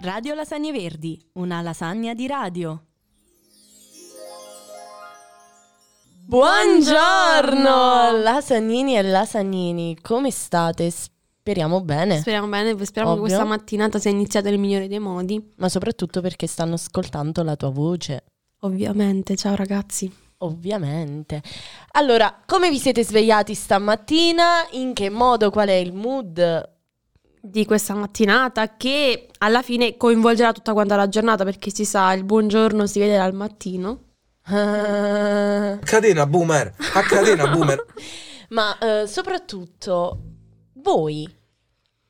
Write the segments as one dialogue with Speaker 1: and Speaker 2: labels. Speaker 1: Radio Lasagne Verdi, una lasagna di radio.
Speaker 2: Buongiorno lasagnini e lasagnini, come state? Speriamo bene,
Speaker 3: Speriamo bene, speriamo
Speaker 2: Eh. Ovvio.
Speaker 3: che questa mattinata sia iniziata nel migliore dei modi.
Speaker 2: ma soprattutto perché stanno ascoltando la tua voce,
Speaker 3: Ovviamente, ciao ragazzi.
Speaker 2: ovviamente. Allora, come vi siete svegliati stamattina? In che modo? Qual è il mood?
Speaker 3: Di questa mattinata che alla fine coinvolgerà tutta quanta la giornata perché si sa, il buongiorno si vede dal mattino.
Speaker 2: Ah,
Speaker 4: Catena boomer, a catena boomer.
Speaker 2: ma eh, soprattutto, voi,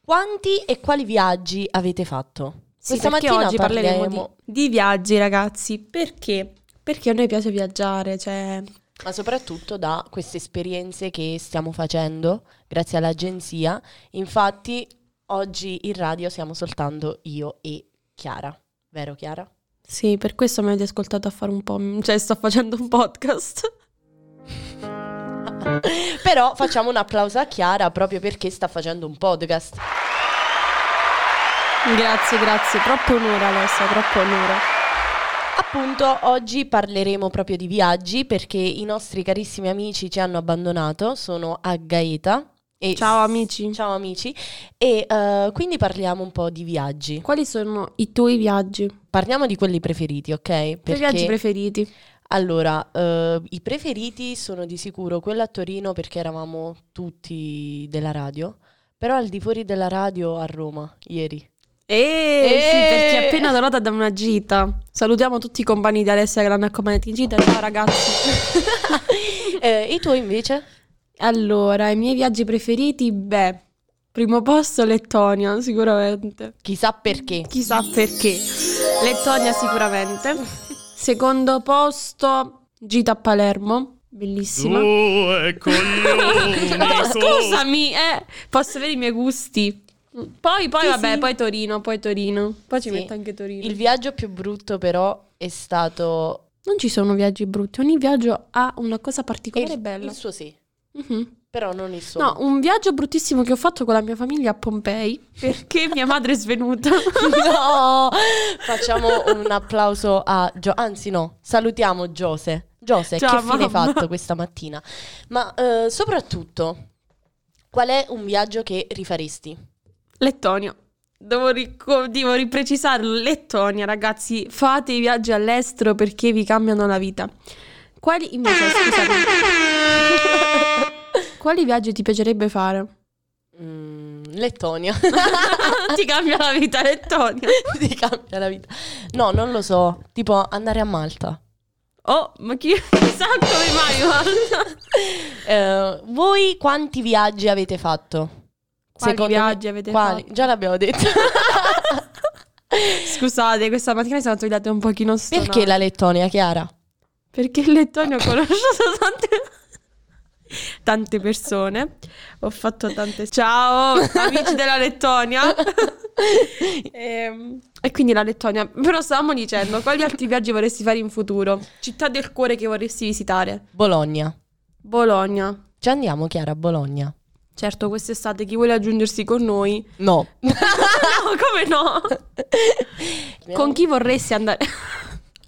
Speaker 2: quanti e quali viaggi avete fatto?
Speaker 3: Sì, perché oggi parleremo di,
Speaker 2: parliamo-
Speaker 3: di viaggi, ragazzi. Perché? Perché a noi piace viaggiare, cioè
Speaker 2: ma soprattutto da queste esperienze che stiamo facendo grazie all'agenzia. Infatti, oggi in radio siamo soltanto io e Chiara, vero Chiara?
Speaker 3: sì, per questo mi avete ascoltato a fare un po', cioè sto facendo un podcast.
Speaker 2: Però facciamo un applauso a Chiara proprio perché sta facendo un podcast.
Speaker 3: Grazie, grazie, troppo onore Alessia, troppo onore.
Speaker 2: Appunto, oggi parleremo proprio di viaggi perché i nostri carissimi amici ci hanno abbandonato, sono a Gaeta. e-
Speaker 3: Ciao, amici.
Speaker 2: Ciao amici. E eh, quindi parliamo un po' di viaggi.
Speaker 3: Quali sono i tuoi viaggi? I
Speaker 2: Parliamo di quelli preferiti, ok?
Speaker 3: tuoi viaggi
Speaker 2: Perché-
Speaker 3: preferiti?
Speaker 2: Allora, eh, i preferiti sono di sicuro quello a Torino perché eravamo tutti della radio, però al di fuori della radio a Roma ieri.
Speaker 3: Eh,
Speaker 2: Eh.
Speaker 3: sì, perché è appena tornata da una gita. Salutiamo tutti i compagni di Alessia che l'hanno accompagnata in gita. Ciao ragazzi.
Speaker 2: Eh, I tuoi invece?
Speaker 3: allora, i miei viaggi preferiti, beh, primo posto Lettonia, sicuramente.
Speaker 2: Chissà perché.
Speaker 3: Chissà perché. Lettonia sicuramente. Secondo posto, gita a Palermo. Bellissima.
Speaker 5: Due coglioni.
Speaker 3: Ma
Speaker 5: tu.
Speaker 3: scusami, eh, posso avere i miei gusti. Poi, poi,
Speaker 2: Sì,
Speaker 3: vabbè,
Speaker 2: sì.
Speaker 3: poi Torino, poi Torino. Poi ci
Speaker 2: Sì.
Speaker 3: metto anche Torino.
Speaker 2: Il viaggio più brutto però è stato...
Speaker 3: Non ci sono viaggi brutti, ogni viaggio ha una cosa particolare e
Speaker 2: il,
Speaker 3: bella.
Speaker 2: il suo sì,
Speaker 3: Mhm.
Speaker 2: però non il suo.
Speaker 3: No, un viaggio bruttissimo che ho fatto con la mia famiglia a Pompei perché mia madre è svenuta.
Speaker 2: No! Facciamo un applauso a Gio- anzi no, salutiamo Giose. Giose,
Speaker 3: Ciao,
Speaker 2: che fine hai
Speaker 3: mamma.
Speaker 2: fatto questa mattina? Ma eh, soprattutto, qual è un viaggio che rifaresti?
Speaker 3: Lettonia. Devo, rico- devo riprecisarlo, Lettonia ragazzi, fate i viaggi all'estero perché vi cambiano la vita. Quali invece, scusami. Quali viaggi ti piacerebbe fare?
Speaker 2: Mm, Lettonia.
Speaker 3: ti cambia la vita Lettonia.
Speaker 2: Ti cambia la vita. No, non lo so. Tipo andare a Malta.
Speaker 3: Oh, ma chi sa come mai guarda.
Speaker 2: Eh, voi quanti viaggi avete fatto?
Speaker 3: Quali
Speaker 2: Secondo
Speaker 3: viaggi avete
Speaker 2: quali?
Speaker 3: fatto?
Speaker 2: Già l'abbiamo detto.
Speaker 3: Scusate, questa mattina siamo svegliate un pochino stonate.
Speaker 2: Perché la Lettonia, Chiara?
Speaker 3: Perché in Lettonia ho conosciuto tante... tante persone. Ho fatto tante... Ciao, amici della Lettonia. Ehm, E, quindi la Lettonia. Però stavamo dicendo, quali altri viaggi vorresti fare in futuro? Città del cuore che vorresti visitare?
Speaker 2: Bologna.
Speaker 3: Bologna.
Speaker 2: Ci andiamo, Chiara, a Bologna.
Speaker 3: Certo, quest'estate chi vuole aggiungersi con noi?
Speaker 2: No.
Speaker 3: No, come no? Con chi vorresti andare?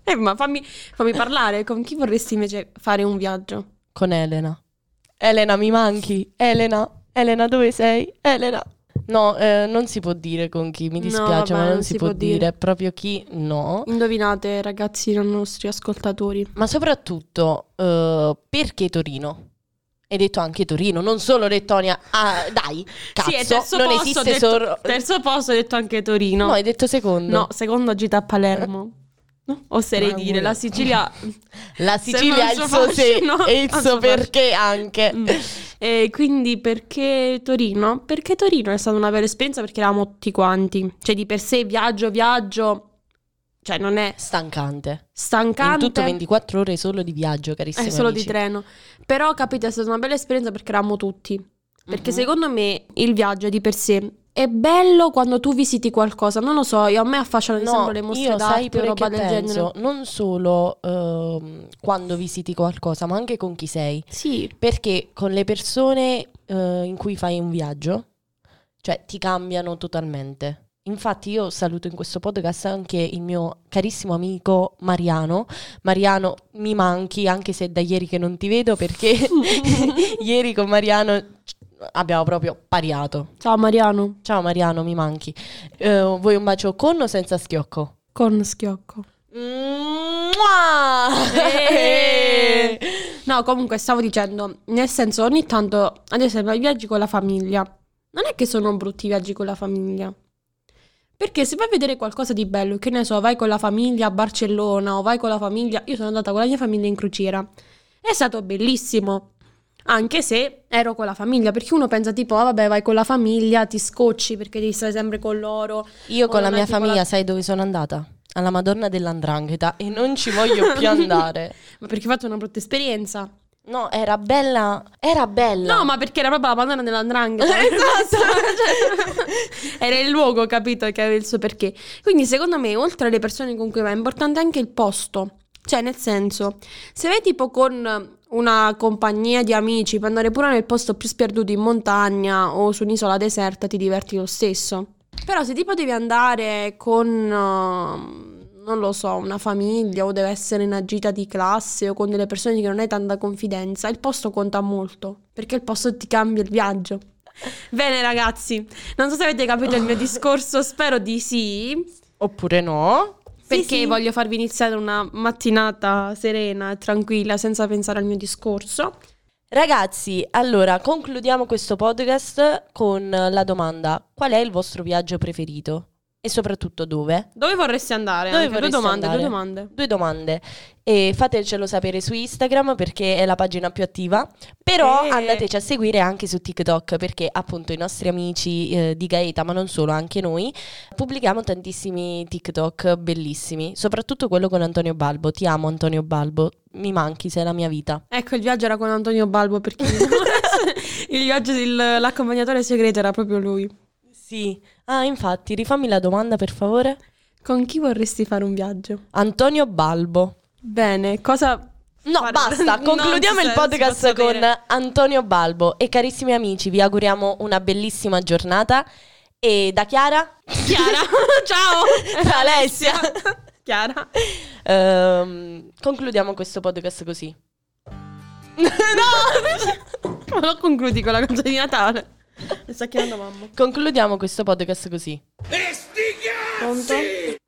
Speaker 3: Eh, ma fammi, fammi parlare, con chi vorresti invece fare un viaggio?
Speaker 2: Con Elena. Elena, mi manchi. Elena, Elena, dove sei? Elena. No, eh, non si può dire con chi, mi
Speaker 3: No,
Speaker 2: dispiace, ma
Speaker 3: vabbè,
Speaker 2: non, si, può dire. proprio chi, no.
Speaker 3: Indovinate, ragazzi, i nostri ascoltatori.
Speaker 2: Ma soprattutto, eh, perché Torino? Hai detto anche Torino, non solo Lettonia. Ah, dai, cazzo,
Speaker 3: sì, è terzo
Speaker 2: non
Speaker 3: posto, ho
Speaker 2: esiste
Speaker 3: detto,
Speaker 2: solo...
Speaker 3: Terzo posto ho detto anche Torino.
Speaker 2: No,
Speaker 3: No,
Speaker 2: hai detto secondo.
Speaker 3: secondo gita a Palermo. No, oserei
Speaker 2: Ma
Speaker 3: dire, la
Speaker 2: pure.
Speaker 3: Sicilia...
Speaker 2: La
Speaker 3: Sembra
Speaker 2: Sicilia ha
Speaker 3: un
Speaker 2: il
Speaker 3: suo
Speaker 2: suo se
Speaker 3: fascino.
Speaker 2: e il
Speaker 3: Ha il
Speaker 2: suo
Speaker 3: suo fascino.
Speaker 2: perché anche.
Speaker 3: Mm. E quindi perché Torino? Perché Torino è stata una bella esperienza perché eravamo tutti quanti. Cioè, di per sé viaggio, viaggio... Cioè, non è
Speaker 2: Stancante.
Speaker 3: stancante.
Speaker 2: In tutto 24 ore solo di viaggio, carissimi
Speaker 3: È Eh, solo
Speaker 2: amici.
Speaker 3: di treno. Però capite, è stata una bella esperienza perché eravamo tutti. Perché
Speaker 2: Mhm.
Speaker 3: secondo me il viaggio di per sé è bello quando tu visiti qualcosa. Non lo so, io, a me affascinano ad esempio le mostre
Speaker 2: io sai
Speaker 3: d'arte o
Speaker 2: pure
Speaker 3: roba
Speaker 2: che
Speaker 3: del
Speaker 2: penso,
Speaker 3: genere.
Speaker 2: non solo ehm, quando visiti qualcosa, ma anche con chi sei.
Speaker 3: Sì,
Speaker 2: Perché con le persone eh, in cui fai un viaggio, cioè ti cambiano totalmente. Infatti io saluto in questo podcast anche il mio carissimo amico Mariano. Mariano, mi manchi anche se è da ieri che non ti vedo perché ieri con Mariano c- abbiamo proprio pariato.
Speaker 3: Ciao Mariano,
Speaker 2: Ciao Mariano, mi manchi. Eh, vuoi un bacio con o senza schiocco?
Speaker 3: con schiocco.
Speaker 2: Mua!
Speaker 3: Eh. No, comunque stavo dicendo, nel senso ogni tanto, ad esempio, i viaggi con la famiglia, non è che sono brutti i viaggi con la famiglia. Perché se vai a vedere qualcosa di bello, che ne so, vai con la famiglia a Barcellona o vai con la famiglia, io sono andata con la mia famiglia in crociera. È stato bellissimo. Anche se ero con la famiglia, perché uno pensa tipo, ah, vabbè, vai con la famiglia, ti scocci perché devi stare sempre con loro.
Speaker 2: Io con
Speaker 3: Oh,
Speaker 2: la
Speaker 3: non è
Speaker 2: mia
Speaker 3: tipo
Speaker 2: famiglia,
Speaker 3: la-
Speaker 2: sai dove sono andata? Alla Madonna dell'Andrangheta e non ci voglio più andare.
Speaker 3: Ma perché ho fatto una brutta esperienza?
Speaker 2: No, era bella, era bella.
Speaker 3: No, ma perché era proprio la padrona dell'andrangheta. esatto. era il luogo, capito, che aveva il suo perché. Quindi, secondo me, oltre alle persone con cui vai, è importante anche il posto. Cioè, nel senso, se vai tipo con una compagnia di amici per andare pure nel posto più sperduto in montagna o su un'isola deserta, ti diverti lo stesso. Però se tipo devi andare con, eh, non lo so, una famiglia o deve essere una gita di classe o con delle persone che non hai tanta confidenza, il posto conta molto, perché il posto ti cambia il viaggio. Bene ragazzi, non so se avete capito il mio discorso, spero di sì,
Speaker 2: Oppure no?
Speaker 3: perché
Speaker 1: sì.
Speaker 3: voglio farvi iniziare una mattinata serena e tranquilla senza pensare al mio discorso.
Speaker 2: Ragazzi, allora concludiamo questo podcast con la domanda: qual è il vostro viaggio preferito? E soprattutto dove?
Speaker 3: Dove vorresti andare?
Speaker 2: Dove
Speaker 3: Anche, due
Speaker 2: vorreste
Speaker 3: domande,
Speaker 2: andare?
Speaker 3: due domande.
Speaker 2: Due domande. E fatecelo sapere su Instagram perché è la pagina più attiva. Però
Speaker 3: Eh.
Speaker 2: andateci a seguire anche su TikTok perché appunto i nostri amici eh, di Gaeta, ma non solo, anche noi, pubblichiamo tantissimi TikTok bellissimi, soprattutto quello con Antonio Balbo. Ti amo Antonio Balbo, mi manchi, sei la mia vita.
Speaker 3: Ecco, il viaggio era con Antonio Balbo perché il viaggio, il- l'accompagnatore segreto era proprio lui.
Speaker 2: Sì. Ah, infatti, rifammi la domanda per favore.
Speaker 3: Con chi vorresti fare un viaggio?
Speaker 2: Antonio Balbo.
Speaker 3: Bene, cosa...
Speaker 2: No,
Speaker 3: fare-
Speaker 2: basta,
Speaker 3: Non
Speaker 2: concludiamo
Speaker 3: si
Speaker 2: il
Speaker 3: sa- si
Speaker 2: podcast
Speaker 3: può
Speaker 2: con
Speaker 3: sapere.
Speaker 2: Antonio Balbo e carissimi amici, vi auguriamo una bellissima giornata e da Chiara,
Speaker 3: Chiara, ciao!
Speaker 2: da Alessia,
Speaker 3: Chiara.
Speaker 2: Ehm, concludiamo questo podcast così. no!
Speaker 3: Ma lo concludi con la canzone di Natale. Mi sta chiamando mamma.
Speaker 2: concludiamo questo podcast così.
Speaker 3: Pronto?